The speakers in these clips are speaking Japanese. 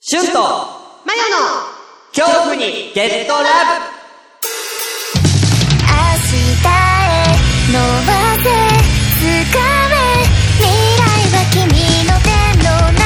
シュンとマヨの恐怖にゲットラブ明日へ伸ばせ掴め未来は君の手の中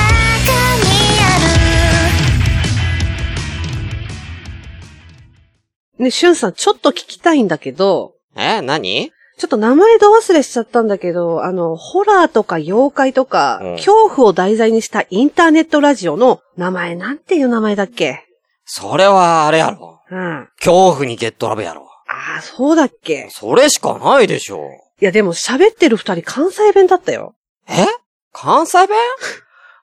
にね、しゅんさん、ちょっと聞きたいんだけど、え何ちょっと名前ど忘れしちゃったんだけど、あの、ホラーとか妖怪とか、うん恐怖を題材にしたインターネットラジオの名前なんていう名前だっけそれはあれやろ。うん。あ恐怖にゲットラブやろ。あ、そうだっけそれしかないでしょ。いや、でも喋ってる二人関西弁だったよ。え関西弁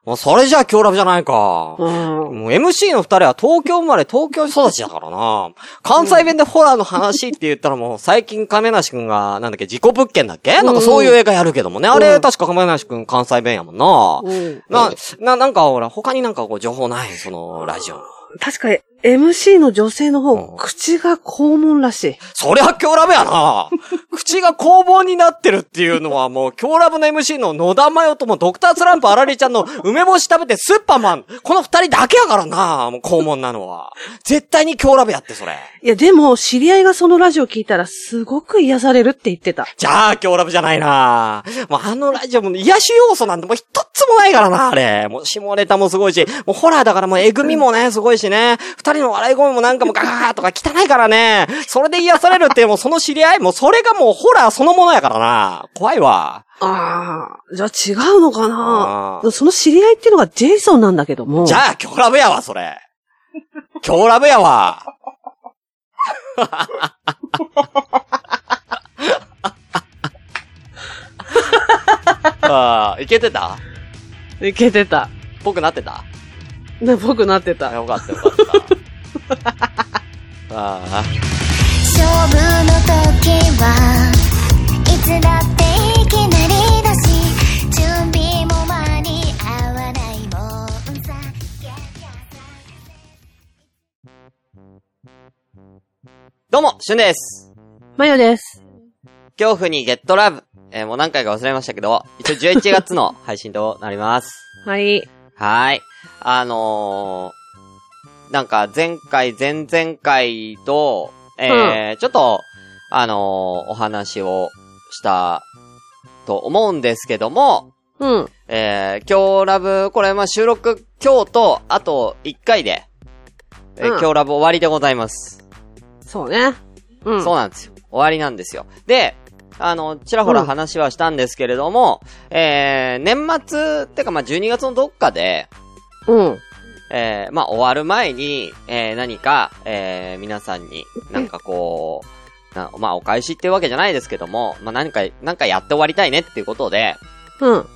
もうそれじゃあ強ラブじゃないか。うん。もう MC の二人は東京生まれ東京育ちだからな。関西弁でホラーの話って言ったらもう最近亀梨くんが、なんだっけ、事故物件だっけなんかそういう映画やるけどもね。あれ確か亀梨くん関西弁やもんな。うんな、な、なんかほら、他になんかこう情報ないその、ラジオの。確かに、MC の女性の方、うん口が肛門らしい。そりゃ強ラブやな口が工房になってるっていうのはもう、強ラブの MC の野田真代ともドクタースランプ荒りちゃんの梅干し食べてスーパーマン、この二人だけやからなもう肛門なのは。絶対に強ラブやって、それ。いや、でも、知り合いがそのラジオ聞いたら、すごく癒されるって言ってた。じゃあ、強ラブじゃないなもうあのラジオも癒し要素なんてもう一つもないからな、あれ。もう下ネタもすごいし、もうホラーだからもうえぐみもね、すごいしね。二人の笑い声もなんかもうガガガーとか汚いからね。それで癒されるって、もうその知り合い、もうそれがもうホラーそのものやからな。怖いわ。ああ、じゃあ違うのかあなーその知り合いっていうのがジェイソンなんだけども。じゃあ、強ラブやわ、それ。強ラブやわ。 ああ、いけてたいけてた。僕なってたね、僕なってあた。よかったよかった。ああ。ある勝負の時はいつだっていきなりだし準備も間に合わないもんさどうも、しゅんです。マヨです。恐怖にゲットラブ。えーもう何回か忘れましたけど、一応11月の配信となります。はい。はーい。あのー、なんか前回、前々回と、えーちょっと、あのーお話をしたと思うんですけども、うん。えー、今日ラブ、これまあ収録今日と、あと1回で、えーうん今日ラブ終わりでございます。そうね。うん。そうなんですよ。終わりなんですよ。で、あの、ちらほら話はしたんですけれども、えー、年末、ってかまあ、12月のどっかで、うん。えー、まあ、終わる前に、えー、何か、えー、皆さんに、なんかこう、なまあ、お返しっていうわけじゃないですけども、まあ、何か、何かやって終わりたいねっていうことで、うん。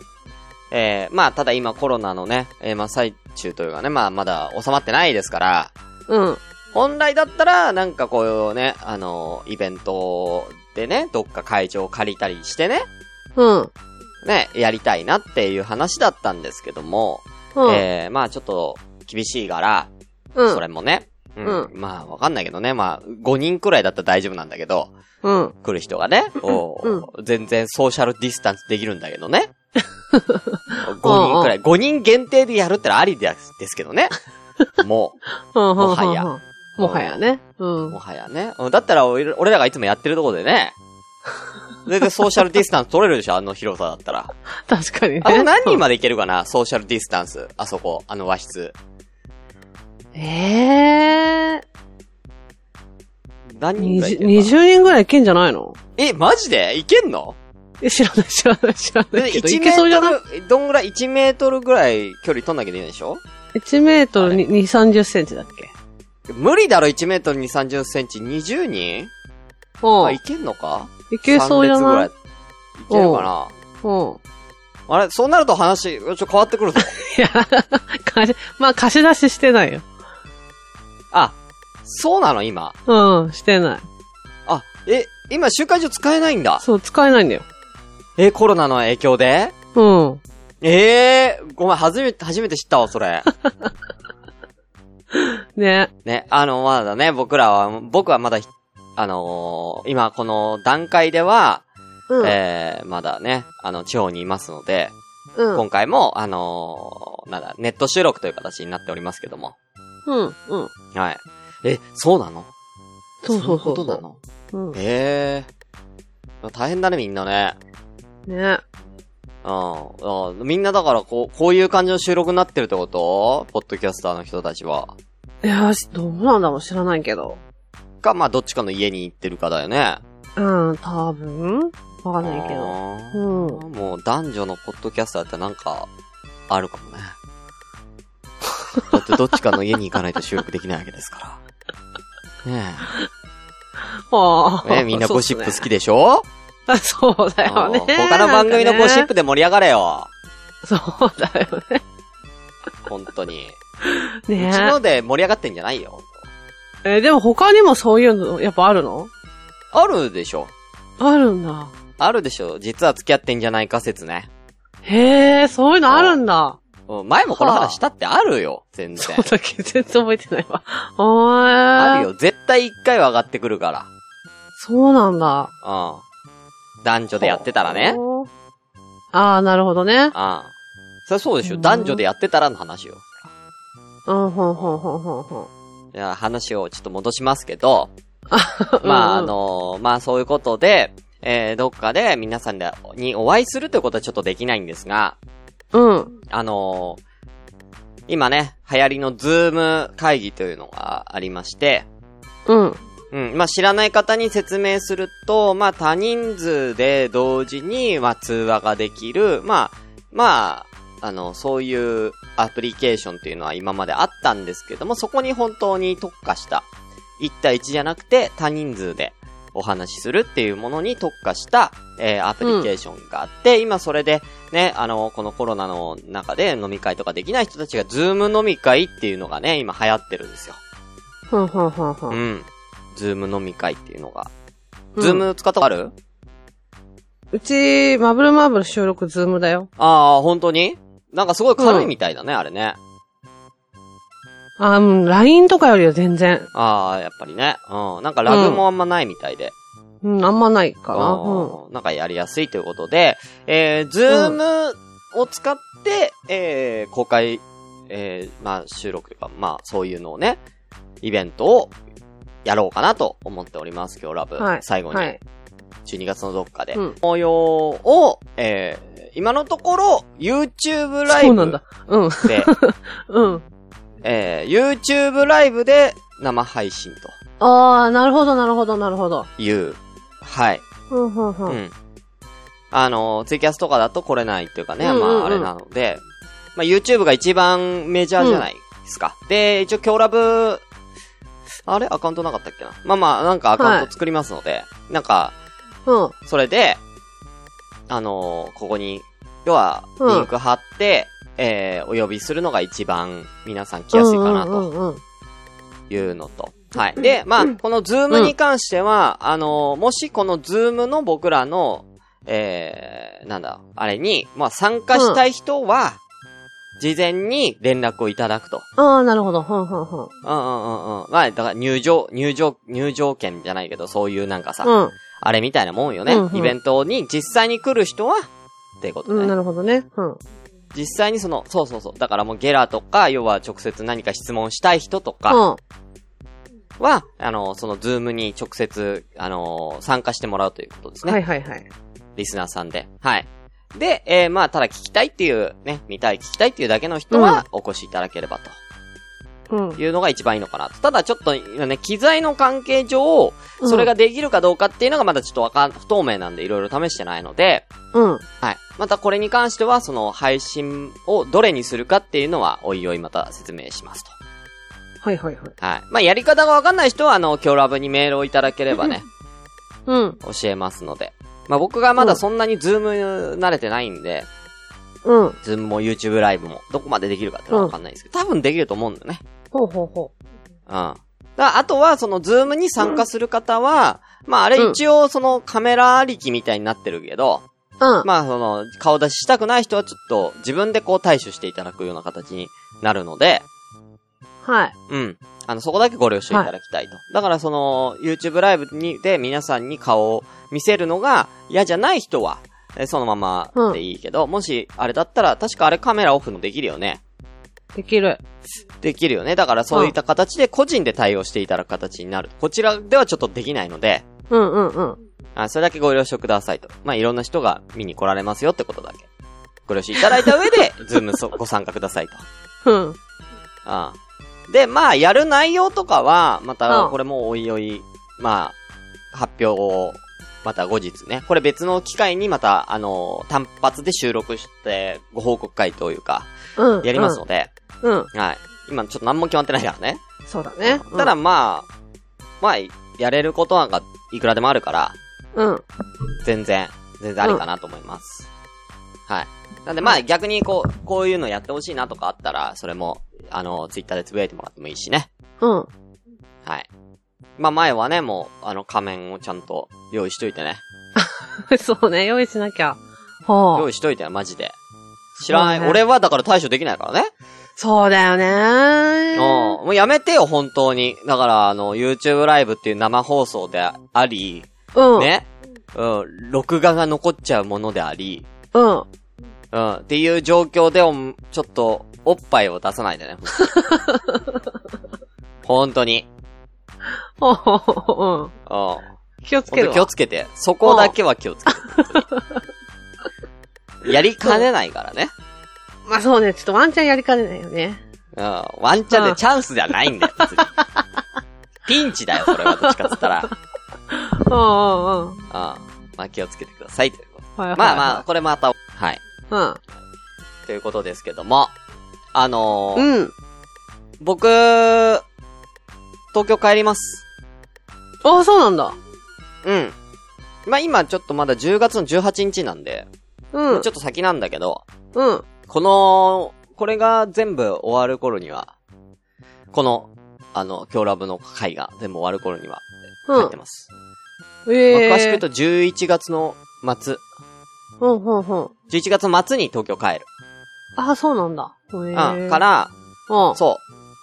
えー、まあ、ただ今コロナのね、えー、まあ、最中というかね、まあ、まだ収まってないですから、うん。本来だったら、なんかこうね、あの、イベントでね、どっか会場を借りたりしてね、うん。ね、やりたいなっていう話だったんですけども、うん。えー、まあちょっと厳しいから、うん。それもね、うんうんまあわかんないけどね、まあ5人くらいだったら大丈夫なんだけど、うん。来る人がね、おー全然ソーシャルディスタンスできるんだけど ね。5人くらい、5人限定でやるってのはありですですけどね。もう。うん。もはやうん。うんもはやね。うんも。はやね。うんだったら俺俺らがいつもやってるとこでね。全然ソーシャルディスタンス取れるでしょあの広さだったら。確かにね。あれ何人までいけるかなソーシャルディスタンス。あそこ、あの和室。うんえ何え。人二ぐらいい十けるかな20人ぐらいいけんじゃないのえ、マジでいけんのえ知らない知らない知らないけど。 1いメけそうじゃないートル、どんぐらい ?1 メートルぐらい距離取んなきゃいけないでしょ ?1 メートルに2、30センチだっけ無理だろ ?1 メートルに30センチ20人うあ、ん。いけんのかいけそうじゃ三列ぐらないいけるかなうん。あれそうなると話、ちょっと変わってく るぞ。いや、貸し、まあ貸し出ししてないよ。あ、そうなの今。うん、してない。あ、え、今、集会所使えないんだ。そう、使えないんだよ。え、コロナの影響でうん。ええー、ごめん、初めて、初めて知ったわ、そ れ。ね。ね、あの、まだね、僕らは、僕はまだひ、あのー今、この段階では、うん。えー、まだね、あの、地方にいますので、うん。今回も、あのーなんだ、ネット収録という形になっておりますけども。うん。うん。はい。え、そうなのそうそうそう。いことなのうん。へえ。大変だね、みんなね。ね。うん。うんみんなだから、こう、こういう感じの収録になってるってことポッドキャスターの人たちは。いやー、どうなんだろう知らないけど。か、まあ、どっちかの家に行ってるかだよね。うん、多分。わかんないけど。あーうん。もう、男女のポッドキャスターってなんか、あるか もね。だって、どっちかの家に行かないと収録できないわけですから。ねあ え。ねえみんなゴシップ好きでしょき。そうだよね。うん他の番組のゴシップで盛り上がれよ。 そうだよね。本当に。うねちので盛り上がってんじゃないよ。えーでも他にもそういうの、やっぱあるのあるでしょ。あるんだ。あるでしょ。実は付き合ってんじゃないか説ね。へえ、そういうのあるんだ。うん前もこの話したってあるよ。全そ然う。だっけ全然覚えてな いわ。おーある。よ。絶対一回は上がってくるから。そうなんだ。うん。男女でやってたらね。うん。ほう。ああ、なるほどね。そりゃそうでしょ。うん男女でやってたらの話よ。うん、ほんほんほんほんほん。いや、話をちょっと戻しますけ ど。うんまあ、あ、のーまあそういうことで、えー、どっかで皆さんでにお会いするということはちょっとできないんですが、うん。あのー今ね、流行りのズーム会議というのがありまして、うん。うん。まあ、知らない方に説明すると、まあ、多人数で同時に、まあ、通話ができる、まあ、まあ、あの、そういうアプリケーションっていうのは今まであったんですけども、そこに本当に特化した、1対1じゃなくて多人数でお話しするっていうものに特化した、えーアプリケーションがあって、今それで、ね、あの、このコロナの中で飲み会とかできない人たちが、ズーム飲み会っていうのがね、今流行ってるんですよ。ほんほんほんほ。うんん。ズーム飲み会っていうのが。うんズーム使ったことある、うち、マブルマブル収録ズームだよ。ああ、本当になんかすごい軽いみたいだね、あれね。あーうん、LINE とかよりは全然。ああ、やっぱりね。うん。なんかラグもあんまないみたいで。うん、あんまないかな。うん。うん。なんかやりやすいということで、えー、ズームを使って、えー、公開、えー、まあ、収録とか、まあ、そういうのをね、イベントをやろうかなと思っております、今日ラブ。はい最後に。はい。 12月のどっかで。うん模様を、えー、今のところ、YouTube ライそうなんブだ。うん。で、うん。えー、YouTube ライブで生配信ああ、なるほど、なるほど、なるほど。という、はい。うん、うん、う。うんん。あの、ツイキャスとかだと来れないっていうかね、うんうんうんまあ、あれなので、まあ、YouTube が一番メジャーじゃないですか。で、一応、今日ラブ、あれアカウントなかったっけなまあまあ、なんかアカウント作りますので、なんか、うん。それで、あのーここに、要は、リンク貼って、えー、お呼びするのが一番皆さん来やすいかなうんとうんうんいうのと。はい。で、まあ、このズームに関しては、あのーもしこのズームの僕らの、えー、なんだ、あれに、まあ、参加したい人は、事前に連絡をいただくと。ああ、なるほど。うん、うん、うんうんうんうん。まあ、だから入場、入場、入場券じゃないけど、そういうなんかさ、うん。うんあれみたいなもんよね。うんうんイベントに実際に来る人は、っていうことうね。ん。なるほどね。うん。実際にその、そうそうそう。だからもうゲラとか、要は直接何か質問したい人とかうん。は、あの、そのズームに直接、あの、参加してもらうということですね。はいはいはい。リスナーさんで。はい。で、えーまあ、ただ聞きたいっていう、ね、見たい聞きたいっていうだけの人は、お越しいただければと。うん。いうのが一番いいのかなと。ただちょっと、今ね、機材の関係上、うんそれが、できるかどうかっていうのがまだちょっとわかん、不透明なんでいろいろ試してないので、うん。はい。またこれに関しては、その配信をどれにするかっていうのは、おいおいまた説明しますと。はいはいはい。はい。まあ、やり方がわかんない人は、あの、今日ラブにメールをいただけれ ばね、うん。教えますので。まあ、僕がまだそんなにズーム慣れてないんで、うん。ズームも YouTube ライブも、どこまでできるかってのはわかんないですけど、多分できると思うんだよね。ほうほうほうん。だあとは、その、ズームに参加する方は、まあ、あれ一応、その、カメラありきみたいになってるけど、う。うん。まあ、その、顔出ししたくない人はちょっと、自分でこう対処していただくような形になるので、はい。うん。あの、そこだけご了承いただきたいと。だから、その、YouTube ライブに、で皆さんに顔を見せるのが嫌じゃない人は、えーそのままでいいけど、もし、あれだったら、確かあれカメラオフのできるよね。できる。できるよね。だからそういった形で個人で対応していただく形になる。こちらではちょっとできないので、うんうんうん。あそれだけご了承くださいと。まあ、いろんな人が見に来られますよってことだけ。ご了承いただいた上で、ズームそご参加くださいと。うん。ああで、まあ、やる内容とかは、またう、んこれもおいおい、まあ、発表を、また後日ね。これ別の機会にまた、あの、単発で収録して、ご報告会というか、うん。やりますので、うん。うん。はい。今ちょっと何も決まってないからね。そうだね。ただまあ、まあ、やれることなんか、いくらでもあるから、うん、うん。全然、全然ありかなと思います。はい。なんでまあ逆にこう、こういうのやってほしいなとかあったら、それも、あの、ツイッターでつぶやいてもらってもいいしね。うん。 はい。まあ前はね、もう、あの仮面をちゃんと用意しといてね。そうね、用意しなきゃ。は用あ。意しといてね、マジで。知らない。そうね俺はだから対処できないからね。そうだようん。ね。もうやめてよ、本当に。だから、あの、YouTube ライブっていう生放送であり、うん。ね。うん。録画が残っちゃうものであり、うん。うん。っていう状況でも、ちょっと、おっぱいを出さないで ね。本当に。ほうほうほうほううん。本うん。気をつ当けるにわ。気をつけて。そこだけは気をつ けて。本当にやりかねないからね。まあそうね、ちょっとワンチャンやりかねないよね。うん。ワンチャンでチャンスじゃない んだよ、別にピンチだよ、それは。どっちかっつったら。うん。うんうんうん。まあ気をつけてください、ということ。ままあまあ、これまた、はい。あ。ということですけども。あのうー、ん。うん。僕、東京帰ります。ああ、そうなんだ。うん。まあ、今ちょっとまだ10月の18日なんで、うんち。ょっと先なんだけど、うん。この、これが全部終わる頃には、この、あの、今日ラブの会が全部終わる頃には、うん入ってます。ええ。まあ詳しく言うと11月の末、うんうんうん。 11月の末に東京帰る。ああ、そうなんだ。へえうん。か、ら、うん。そう。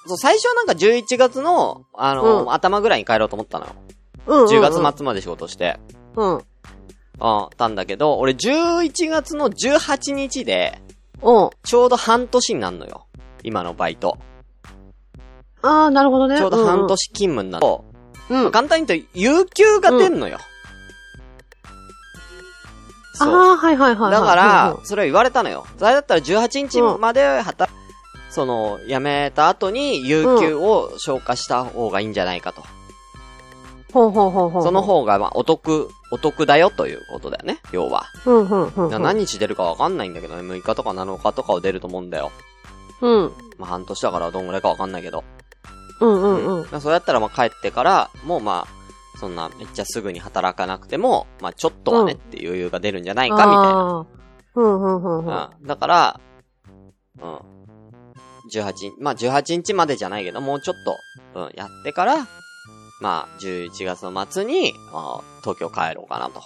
そう、最初はなんか11月の、あの、うん頭ぐらいに帰ろうと思ったのよ。うん。 10月末まで仕事して。末。ううん。ん、たんだけど、俺11月の18日で、うん。ちょうど半年になるのよ。今のバイト。ああ、なるほどね。ちょうど半年勤務になる。うん。うん。あ簡単に言うと、有給が出んのよ。あそう。ー、はいはいはいはい。だかうらん、それを言われたのよ。それだったら18う日んまで働、その、辞めた後に、有給を消化した方がいいんじゃないかと。ほうほうほうほう。その。方が、まあ、お得、お得だよということだよね。要は。うんうんうんうん。何日出るかわかんないんだけどね。6日とか7日とかを出ると思うんだよ。うん。まあ、半年だからどんぐらいかわかんないけど。うんうんうん。うん。そうやったらまあ帰ってから、もうまあ、そんなめっちゃすぐに働かなくても、まあちょっとはねうっんていう余裕が出るんじゃないか、みたいな。ああー。うんうんうんうん。うん。だから、うん。18日、まあ18日までじゃないけど、もうちょっと、うん、やってから、まあ11月の末に、あー東京帰ろうかな、と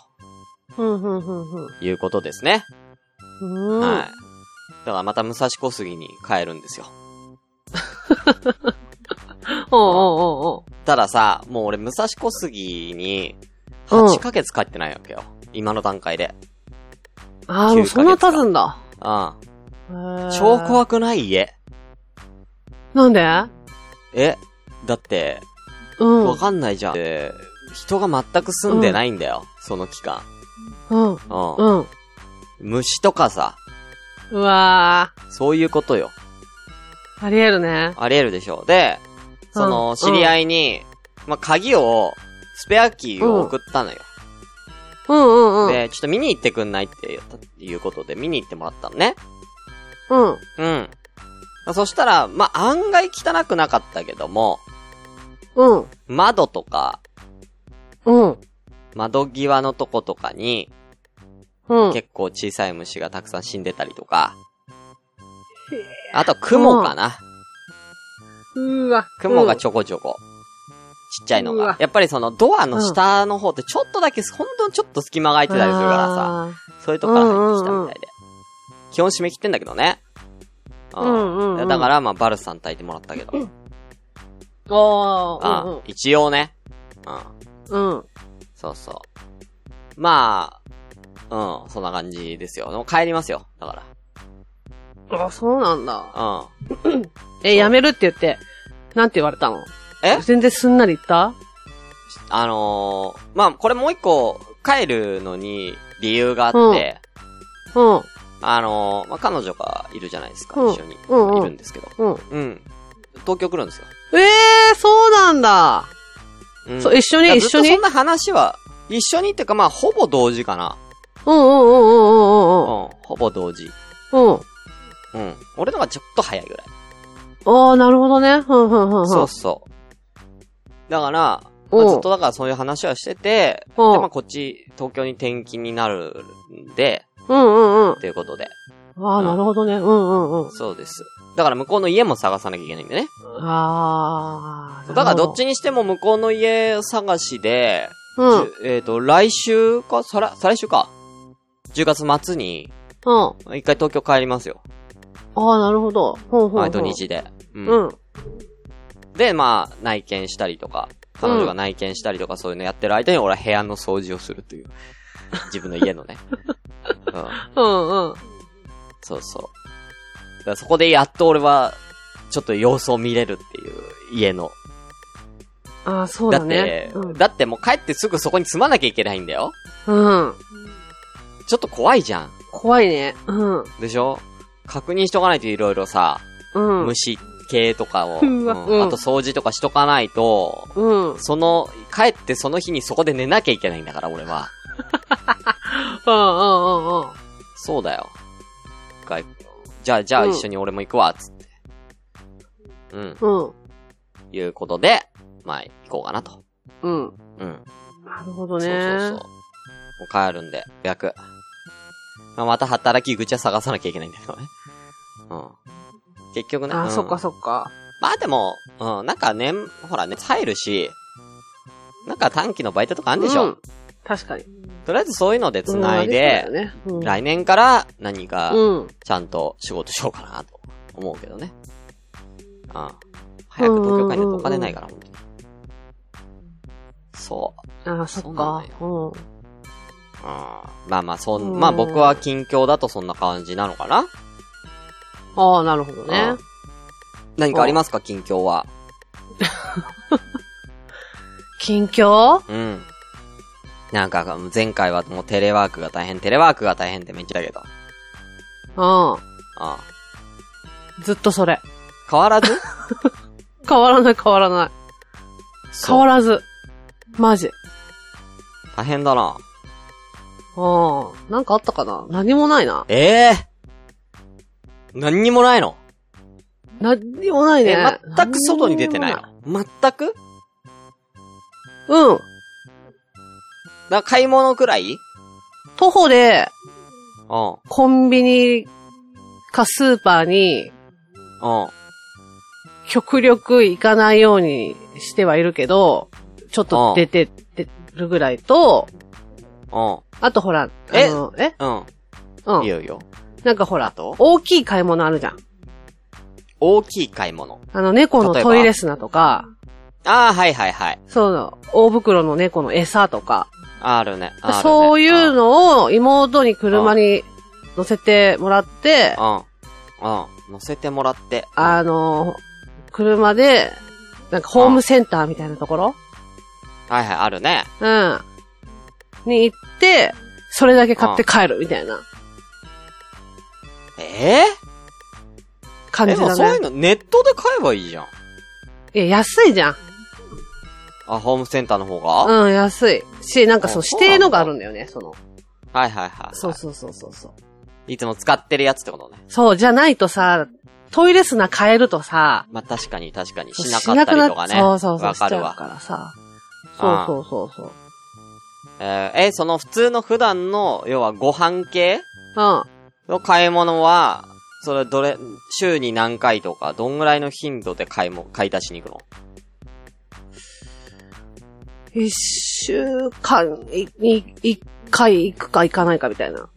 うんうんうんいうことですね。うん。はい。うん。だからまた武蔵小杉に帰るんですよ。おうおうおうおう。たださ、もう俺武蔵小杉に、うん8ヶ月帰ってないわけよ。今の段階で。ああ、でもそんな経つんだ。うん。へえ超怖くない家。なんでえだって、うん。わかんないじゃん。で人が全く住んでないんだよ。その期間。うん。ううん。ん。虫とかさ、うわそういうことよ。ー。ありえるね。あり得るでしょ。で、その、うん知り合いに、まあ、鍵を、スペアキーを送ったのよ。うんうんうん。で、ちょっと見に行ってくんないって言った、いうことで、見に行ってもらったのね。うん。うん。まあそしたら、まあ、案外汚くなかったけども、うん。窓とか、うん。窓際のとことかに、うん。結構小さい虫がたくさん死んでたりとか。あと、雲かな。うわ。雲がちょこちょこ。ちっちゃいのうがわ。やっぱりそのドアの下の方ってちょっとだけ、ほんのちょっと隙間が空いてたりするからさ。さ。そういうとこから入ってきたみたいで。基本締め切ってんだけどね。ううんうんうんだから、まあ、バルさん炊いてもらったけど。おあー。一応ね。うん。うんうん。そうそう。まあ、うん、そんな感じですよ。でも帰りますよ。だかあ、そうなんだ。ら。うん。え、やめるって言って、なんて言われたのえ全然すんなり言ったあのー、まあ、これもう一個、帰るのに理由があって、うん。あのー、まあ、彼女がいるじゃないですか、うん一緒に。うんうんいるんですけど。うん。うん。東京来るんですよ。ええー、そうなんだ。うんそう、一緒にいや一緒にずっとそんな話は、一緒にっていうか、まあ、ほぼ同時かな。うんうんううんんうんうんうん。。ほぼ同時。うん。うん。俺のがちょっと早いぐらい。ああ、なるほどね。ふんふんふんふん。そうそう。だから、まうあんずっとだからそういう話はしてて、で、うんまあこっち、東京に転勤になるんで、うんうんうん。ということで。ああ、なるほどね。うんうんうん。そうです。だから向こうの家も探さなきゃいけないんでね。あだあ。からどっちに、にしても向こうの家探しで、うん。うん。じゅえっ、と、来週か、再来、再来週か。10月末に、あ一回東京帰りますよ。あ、なるほど。ほうほうほう。毎土日で。ううん。うん。で、まあ、内見したりとか、彼女が内見したりとかそういうのやってる間に俺は部屋の掃除をするという。 自分の家のね。うん。うんうん。そうそう。だからそこでやっと俺は、ちょっと様子を見れるっていう、家の。ああ、そうだってね。、うん。だってもう帰ってすぐそこに住まなきゃいけないんだよ。うん。ちょっと怖いじゃん。怖いね。うん。でしょ確認しとかないといろいろさ、うん。虫系とかを、 うわうんうんあと掃除とかしとかないと、うん。うん。その、帰ってその日にそこで寝なきゃいけないんだから、俺は。うんうんうん。そうだよ。がじゃあ、じゃあうん一緒に俺も行くわ、つって。うん、うん。いうことで、まあ、行こうかなと。うん。うん。なるほどそうそね。うそう。もう帰るんで、予約。まあ、また働き口は探さなきゃいけないんだけどね。うん。結局ね。ああ、うんそっかそっか。まあでも、うん、なんかね、ほらね、入るし、なんか短期のバイトとかあるんでしょ、うん確かに。とりあえずそういうので繋いで、うんあれそうだよね来年から何かう、ん。うん。ちゃんと仕事しようかなと思うけどね。うん。早く東京帰んないとお金ないから、本当に。そう。ああ、そっそうなかんだ。うん。あーまあまあ、そ、うんんまあ僕は近況だとそんな感じなのかなああ、なるほどうねん。何かありますか近況は。近況うん。なんか、前回はもうテレワークが大変、テレワークが大変ってめっちゃだけど。うあん。ずっとそれ。ー変わ らず変わらない変わらない。変わららず。マジ。大変だな。ああ、なんかあったかな何もないな。ええ何にもないの何もないえね。、全く外に出てないの全くうん。な、買い物くらいうん。徒歩で、うん。コンビニかスーパーに、極力行かないようにしてはいるけど、ちょっと出てってるぐらいと、うあとほら、あえの、えん。ううん。いいん。よいいよ。なんかほらと、大きい買い物あるじゃん。大きい買い物。あの、猫の例えばトイレ砂とか、ああ、はいはいはい。そうの、大袋の猫の餌とか、あるね。あるねそういんうのを妹に車に乗せてもらって、あうん。うん。乗せてもらって。の、車で、なんかホームセンターみたいなところはいはい、あるね。うん。に行って、それだけ買って帰るみたいなえ感えじでもだそういうね。のネットで買えばいいじゃん。いや、安いじゃん。あ、ホームセンターの方が、はいうん、安い。し、なんかそのあ指定のがあるんだよね、その。はいはいはい。そうそうそうそうそう。いつも使ってるやつってことね。そう、じゃないとさ、トイレ砂買えるとさ、まあ確かに確かに。そうしなかったりとかね。しなくなっそうそうそう。わかるしちゃうかわ。らさ。あそあうそうそうそう。えーえその普通の普段の、要はご飯系うん。の買い物は、それどれ、週に何回とか、どんぐらいの頻度で買いも、買い出しに行くの一週間、い、い一回行くか行かないかみたいな。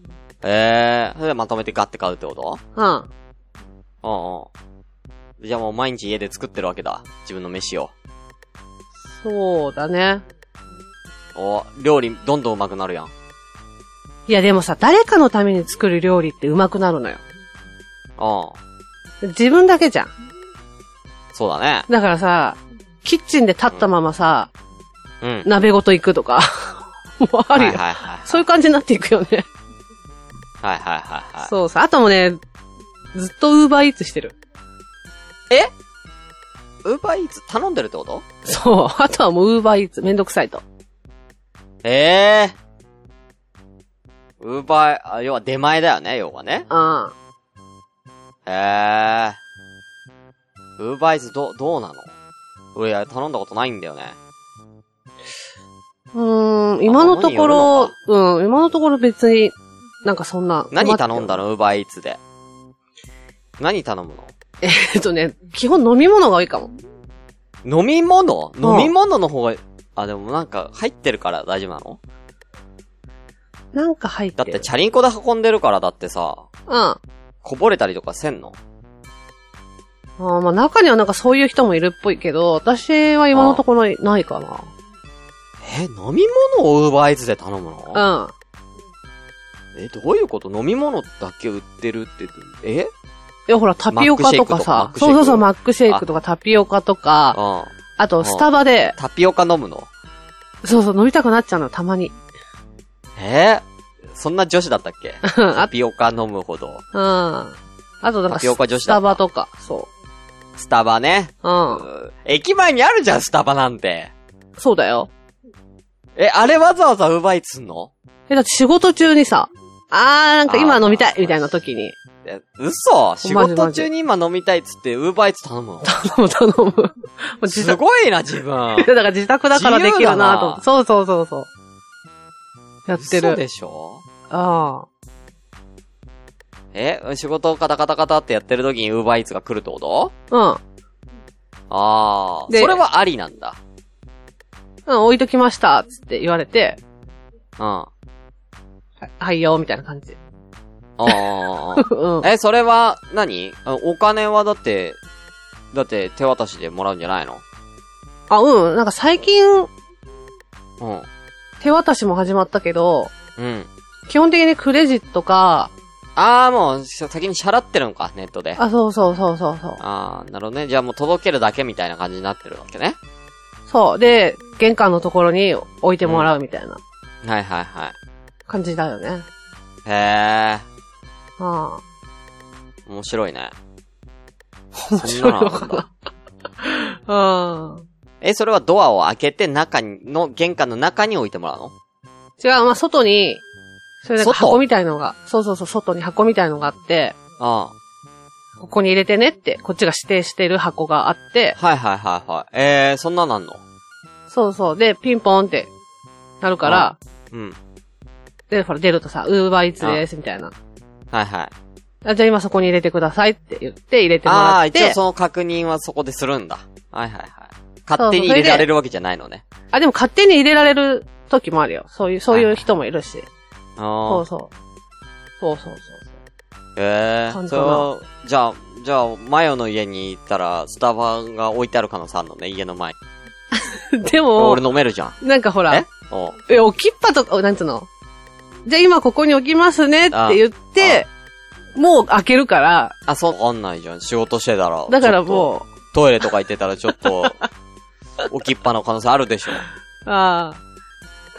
ええそれでまとめてガッて買うってことうん。うんうん。じゃあもう毎日家で作ってるわけだ。自分の飯を。そうだね。お、料理どんどん上手くなるやん。いいやでもさ、誰かのために作る料理ってうまくなるのよ。うん。自分だけじゃん。そうだね。だからさ、キッチンで立ったままさ、うん。鍋ごと行くとか、 もうあるよ、はいはいはい。そういう感じになっていくよね。はいはいはいはい。そうさ、あともね、ずっとウーバーイーツしてる。ウーバーイーツ頼んでるってことそう。あとはもうウーバーイーツめんどくさいと。ええー。ウーバー、あ要は出前だよね、要はね。あええー。ウーバーイーツど、どうなのいや、頼んだことないんだよね。あ。うーん、今のところ、うん、今のところ別に、なんかそんな。何頼んだののウーバーイーツで。何頼むえっとね、基本飲み物が多いかも。の飲み物うん飲み物の方が、あ、でもなんか入ってるから大丈夫なのなんか入ってだっる。てチャリンコで運んでるからだってさ、うん。あこぼれたりとかせんのーまあ中にはなんかそういう人もいるっぽいけど、私は今のところないかえ、飲み物をウーバーイーツで頼むのな。うん。え、どういうこと飲み物だけ売ってるって、えいやほら、タピオカとかさマッ、クシェイクとかそうそうそう、マックシェイクとかタピオカとか、うん。あとスタバで、タピオカ飲むのそうそう、飲みたくなっちゃうのよ、たまに。えそんな女子だったっけうん、あタピオカ飲むほど。うん。あとなんかタピオカ女ス子だったタバとか、そスタバね。う。うん。うん駅前にあるじゃん、スタバなんて。そうだよ。え、あれわざわざウーバーイーツすんのえ、だって仕事中にさ、あーなんか今飲みたいみたいな時に、え嘘仕マジマ事ジ中に今飲みたいっつって、ウーバーイーツ頼むの頼む頼む。もう 自す宅、ごいな、自分。 だから自宅だからできるなと思って。自そうそうそうそう。やって嘘る。でしょああ。え仕事をカタカタカタってやってる時にウーバーイーツが来るってことうん。ああ。でそれはありなんだ。うん、置いときました、つって言われて、うん。あはいはいよ、みたいな感じ。あ。 う ん。え、それは何、あお金はだって、だって手渡しでもらうんじゃないのあ、うん。なんか最近、うん。手渡しも始まったけど、うん。基本的にクレジットか、ああ、もう、し先に支払ってるのか、ネットで。ああ、そうそうそうそうそう。あー、なるほどね。じゃあもう届けるだけみたいな感じになってるわけね。そう。で、玄関のところに置いてもらうみたいなはいはいはい。感じだよね。へえ、ああ。面白いね。面白いのそんなかのあんだな。うん。え、それはドアを開けて中に、の、玄関の中に置いてもらうの違う、まあ、外に、それなんか外箱みたいのが、そうそうそう、外に箱みたいのがあって、あここに入れてねって、こっちが指定してる箱があってあ。、はいはいはいはい。えー、そんななんのそうそう、で、ピンポンって、なるから、うん。で、ほら、出るとさ、ウーバーイーツです、みたいな。はいはい。あじゃあ今そこに入れてくださいって言って入れてもあらあ、っ一応て、その確認はそこでするんだ。はいはいはい。勝手に入れられるわけじゃないのね。あ、でも勝手に入れられる時もあるよ。そういう、そういう人もいるし。そあうそう。そうそうそうそう。あ。へえ本当だそれは、じゃあ、じゃあ、マヨの家に行ったら、スタバが置いてある可能性あるのね、家の前に。 で俺も、飲めるじゃん。なんかほらえ、おうえ、置きっぱとか、なんつうのじゃあ今ここに置きますねって言って、もう開けるから、あ、そう、あんないじゃん。仕事してたら。だかちらょっもう、と。トイレとか行ってたら、ちょっ と、置きっぱの可能性あるでしょ。ああ。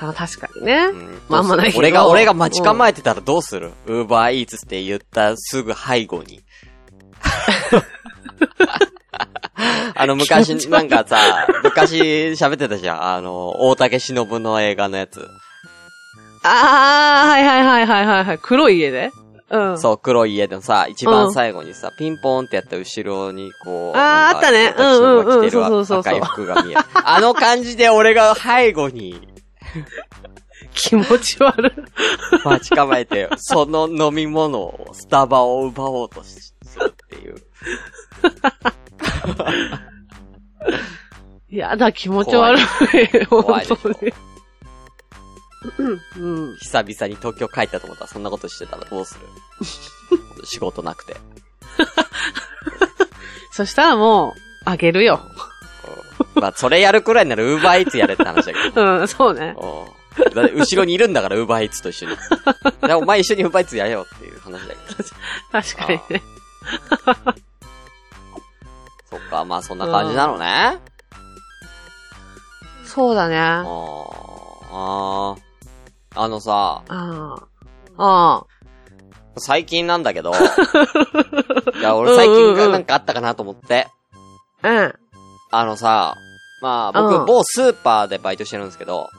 あ確かにね。うんまああんまないけど俺が、俺が待ち構えてたらどうするウーバーイーツって言ったすぐ背後 に。あの、気持ち悪昔、いなんかさ、昔喋ってたじゃん。あの、大竹しのぶの映画のやつ。ああ、はいはいはいはいはいはい。黒い家でうん。そう、黒い家でもさ、一番最後にさ、ピンポーンってやった後ろにこう。なあーんかあったね大竹しのぶが着てるうんうんうんそうそうそうそう赤い服が見える。あの感じで俺が背後に気持ち悪い。待ち構え て、その飲み物を、スタバを奪おうとするっていう。 やだ、気持ち悪い。怖本い当に。うん。うん。久々に東京帰ったと思ったらそんなことしてたらどうする仕事なくて。そしたらもう、あげるよ。うんまあ、それやるくらいならウーバーイーツやれって話だけど。うん、そうね。うんだって後ろにいるんだから、ウーバーイーツと一緒に。だからお前一緒にウーバーイーツやれよっていう話だけど。確かにね。そっか、まあそんな感じなのね。そうだね。あーああー。あのさ、あ。ああ。最近なんだけ ど。いや、俺最近がなんかあったかなと思って。うん。あのさ、まあう僕、ん某スーパーでバイトしてるんですけど、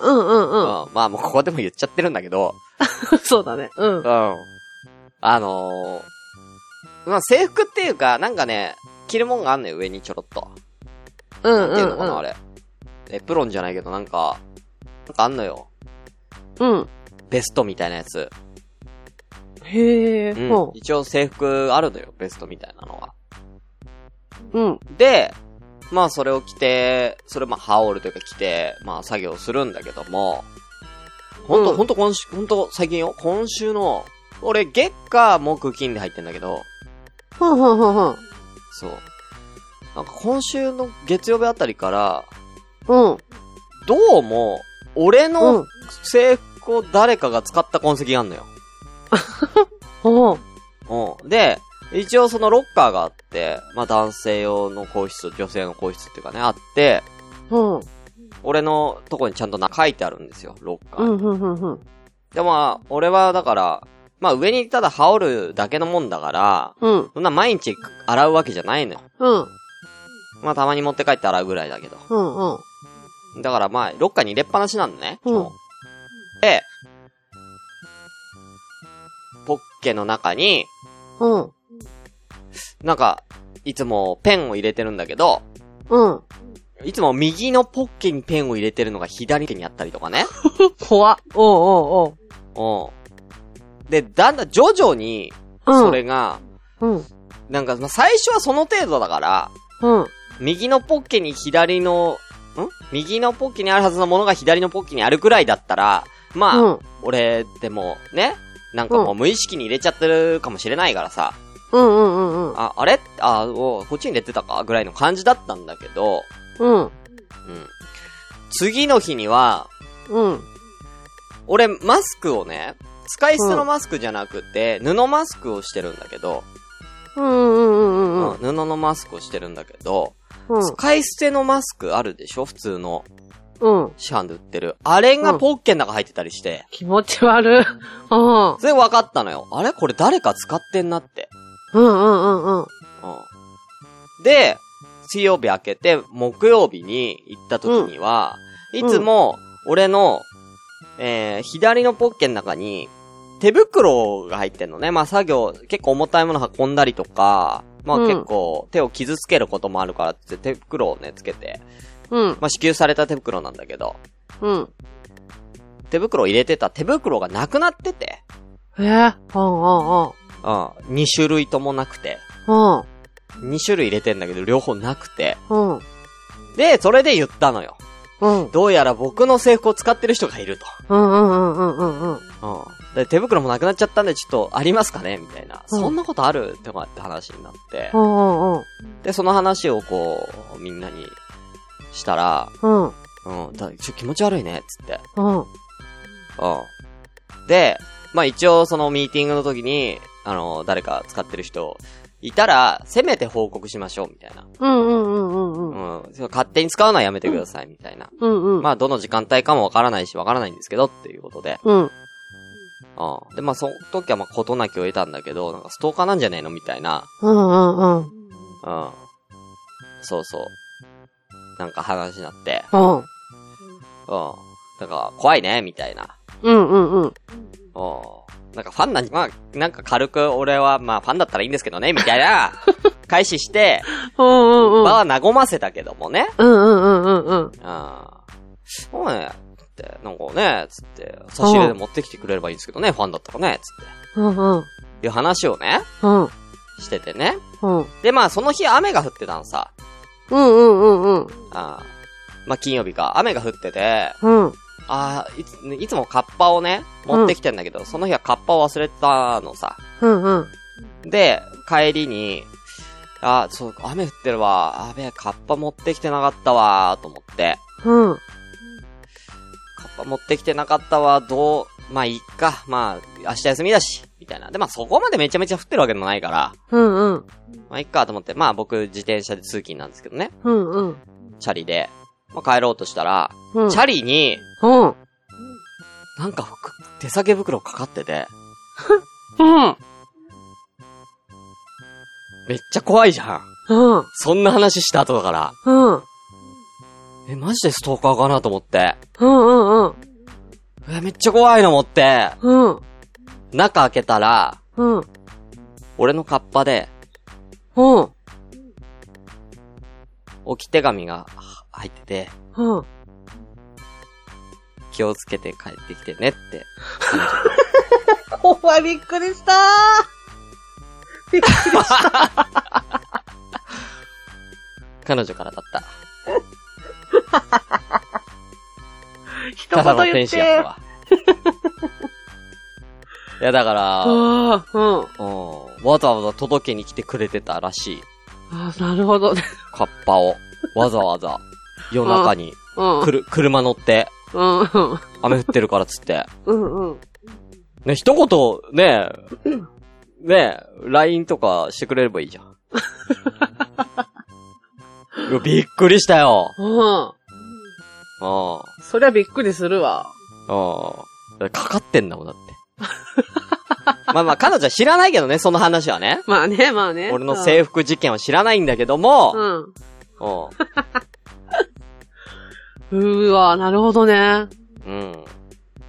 うんううんんまあもうここでも言っちゃってるんだけど、うん。そうだね。うんう。ん。あのー、まあ制服っていうか、なんかね、着るもんがあんのよ、上にちょろっと。うんなんうていうんのかな、あれ。エプロンじゃないけど、なんか、なんかあんのよ。うん。うん。ベストみたいなやつ。へえ。うほん。一応制服あるのよ、ベストみたいなのは。う。うん。で、まあそれを着て、それまあ羽織るというか着て、まあ作業するんだけども、ほんと、うんほんと今週、ほんと最近よ、今週の、俺月下木金で入ってんだけど、ほんほんほんほん。そう。なんか今週の月曜日あたりから、うん。どうも、俺うんの。制服を誰かが使った痕跡があんのよ。ほう。うん。で、一応そのロッカーがあって、まあ男性用の更衣室、女性の更衣室っていうかね、あって、ほう。俺のとこにちゃんとな書いてあるんですよ、ロッカーうに。ん、うん、うん、うん。で、まあ、俺はだから、まあ上にただ羽織るだけのもんだから、うん、そんな毎日洗うわけじゃないのよ。うん、まあたまに持って帰って洗うぐらいだけど。うん、うん。だからまあ、ロッカーに入れっぱなしなんだね。うん基本で、ポッケの中に、うん、なんか、いつもペンを入れてるんだけど、うん。いつも右のポッケにペンを入れてるのが左手にあったりとかね。怖っ。おうおううん。で、だんだん徐々に、おう。うん。それが、うん、なんか、まあ、最初はその程度だから、うん、右のポッケに左の、ん右のポッケにあるはずのものが左のポッケにあるくらいだったら、まあ、うん、俺でもね、なんかもうう無意識に入れちゃってるかもしれないからさ、うん、うん、うん、うん。あ、あれあ、おこっちに入れてたかぐらいの感じだったんだけど、うん、うん。次の日には、うん、俺マスクをね、使い捨てのマスクじゃなくて、布マスクをしてるんだけど、うん、うん、うん、うんうん、布のマスクをしてるんだけど、うん、使い捨てのマスクあるでしょ普通のうん。市販で売ってる。あれがポッケの中入ってたりして、気持ち悪い。うん、それ分かったのよ。あれこれ誰か使ってんなって。うん、うん、うん、うん。うん。で、水曜日明けて、木曜日に行った時には、いんつも、俺の、えー、左のポッケの中に、手袋が入ってんのね。まあ、作業、結構重たいもの運んだりとか、まあ、うん結構、手を傷つけることもあるからって、手袋をね、つけて、うん、まあ、支給された手袋なんだけど、うん。手袋を入れてた手袋がなくなってて、えぇ、うん、うん、2種類ともなくて、うん、うん。 2種類入れてんだけど、両方なくて、うん、で、それで言ったのよ。うん、どうやら僕の制服を使ってる人がいると。うん、うん、うん、うん、うん。うん。で、手袋もなくなっちゃったんで、ちょっと、ありますかねみたいな。うんそんなことあるとかって話になってう。ん、うん、で、その話をこう、みんなにしたら、うん、うん、うん、だちょ気持ち悪いね、つって。うん、うん。で、まあ一応そのミーティングの時に、あの、誰か使ってる人、いたら、せめて報告しましょう、みたいな。うん、うん、うん。それ勝手に使うのはやめてください、みたいな。うん、うん。まあ、どの時間帯かもわからないし、わからないんですけど、っていうことで。うん、うん。で、まあ、その時はまあ、事なきを得たんだけど、なんかストーカーなんじゃねえのみたいな。うん、うん、うん、うん。そうそう。なんか話になって。うん。うん。なんか、怖いねみたいな。うんうんううん。ん。なんかファンなん、まあ、なんか軽く俺は、まあ、ファンだったらいいんですけどね、みたい な、開始して、うんうんうん。場は和ませたけどもね。うんうんうんうんうん。うん。そうね、つって、なんかね、つって、差し入れで持ってきてくれればいいんですけどね、ファンだったらね、つって。うんうん。いう話をね、うんしててね。うん。で、まあ、その日雨が降ってたのさ。うんうんうんうん。あーまあ、金曜日か。雨が降ってて、うん。あーいつ、いつもカッパをね、持ってきてんだけど、その日はカッパを忘れたのさ。うんうん。で、帰りに、あー、そう、雨降ってるわ。あべえ、カッパ持ってきてなかったわ、と思って。うん。カッぱ持ってきてなかったわ、どう、まあいいか、まあ、明日休みだし、みたいな。で、まあそこまでめちゃめちゃ降ってるわけでもないから、うんうん。まあいっかと思って、まあ僕自転車で通勤なんですけどね、うんうん。チャリで。まあ帰ろうとしたら、うん。チャリに、うん。なんか服手提げ袋かかってて、 うん。めっちゃ怖いじゃん。うん。そんな話した後だから。うん。え、マジでストーカーかなと思って。うん。うん。え、めっちゃ怖いの持って、うん。中開けたら、うん。俺のカッパで、うん。置き手紙がは入ってて、うん。気をつけて帰ってきてねって。ほんまびっくりしたびっくりした。彼女からだった。一ただの言言天っ使やったて。わ。 いや、だから、うん。ああ、うん。わざわざ届けに来てくれてたらしい。ああ、なるほど。カッパを。わざわ ざ、夜中に、うん。くる、車乗って、うん。うん。雨降ってるからっつって。うん。うん。ね、一言、 ねえ、ねえ、LINE とかしてくれればいいじゃ ん。いやびっくりしたよ。うん。うん。そりゃびっくりするわ。うん。かかってんだもん、だって。 まあまあ、彼女は知らないけどね、その話はね。まあね、まあね。俺のい。制服事件は知らないんだけども、うん。ううーわ、なるほどね。ん。うん。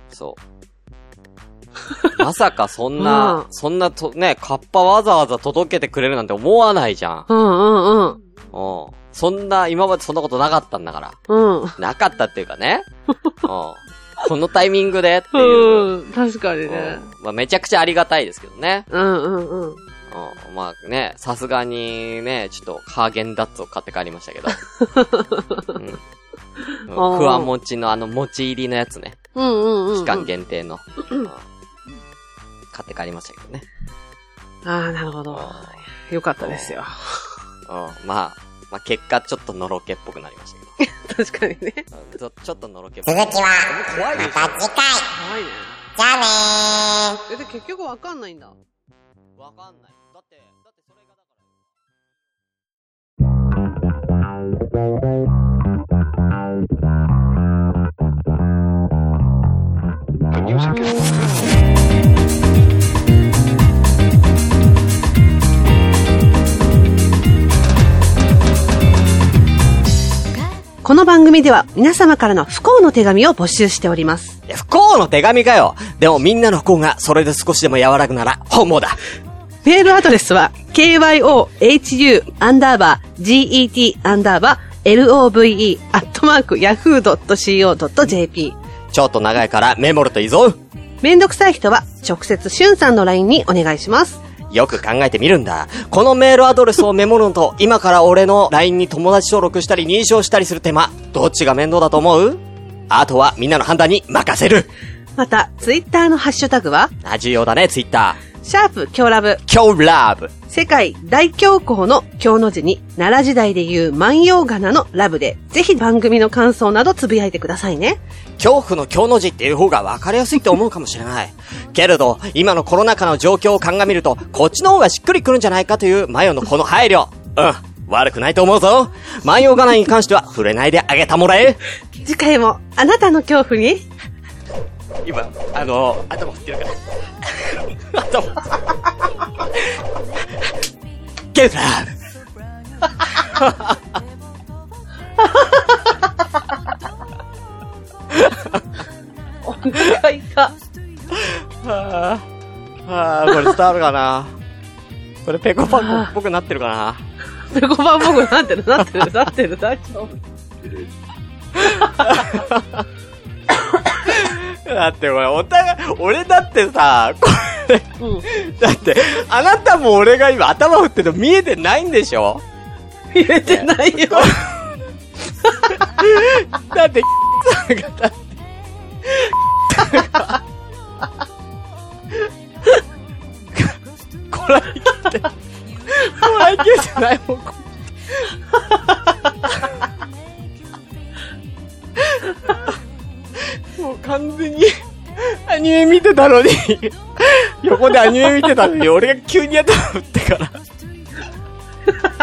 そう。 まさかそんな、うそんなと、ね、カッパわざわざ届けてくれるなんて思わないじ ゃん。うん。うんうんうん。そんな、今までそんなことなかったんだから。うん。なかったっていうか ね。うん。このタイミングでって いう。うん。確かにね。うんまあ、めちゃくちゃありがたいですけどね。うんうんううん。ん。まあね、さすがにね、ちょっとハーゲンダッツを買って帰りま したけど。うんうんクあーワモチのあの餅入りのやつね。うんうんうん。期間限定の。うん買って帰りましたけどね。ああ、なるほうんど。よかったですよ。うんまあ、まあ結果ちょっとのろけっぽくなりましたけど。確かにね。うん ちょちょっとのろけっぽ続く。きは、怖いでましょた次回。怖いね。じゃあねー。え、で、結局わかんないんだ。わかんない。だって、だってそれがだから。この番組では皆様からの不幸の手紙を募集しております。いや不幸の手紙かよでもみんなの不幸がそれで少しでも和らぐなら本望だメールアドレスは、kyohu アンダーバー get アンダーバー love アットマーク yahoo.co.jp。ちょっと長いからメモるといいぞめんどくさい人は、直接しゅんさんの LINE にお願いします。よく考えてみるんだ。このメールアドレスをメモるのと、今から俺の LINE に友達登録したり認証したりする手間、どっちが面倒だと思うあとはみんなの判断に任せるまた、ツイッターのハッシュタグは、あ、重要だね、ツイッタシャープ強ラブ、ー。今日ラブ世界大恐慌の今日の字に、奈良時代で言う万葉仮名のラブで、ぜひ番組の感想などつぶやいてくださいね。恐怖の今日の字っていう方が分かりやすいって思うかもしれない。けれど、今のコロナ禍の状況を鑑みると、こっちの方がしっくりくるんじゃないかというマヨのこの配慮。うん、悪くないと思うぞ。マヨガナに関しては触れないであげたもらえ。次回も、あなたの恐怖に、今、あの、頭振ってるから。 頭振ってる。ゲラお願いが。はぁ、はぁ、これ伝わるかなこれペコパコっぽくなってるかなペ コパン僕なってる、なってる、なってる、大丈夫。だってこれ、お互い、俺だってさ、これ、うん。だって、あなたも俺が今頭振ってるの見えてないんでしょ入れてないよ。だって、さんが、だって、こらえきって、こらえきってないもん、こもう完全にアニメ見てたのに横でアニメ見てたのに俺が急にやった打ってから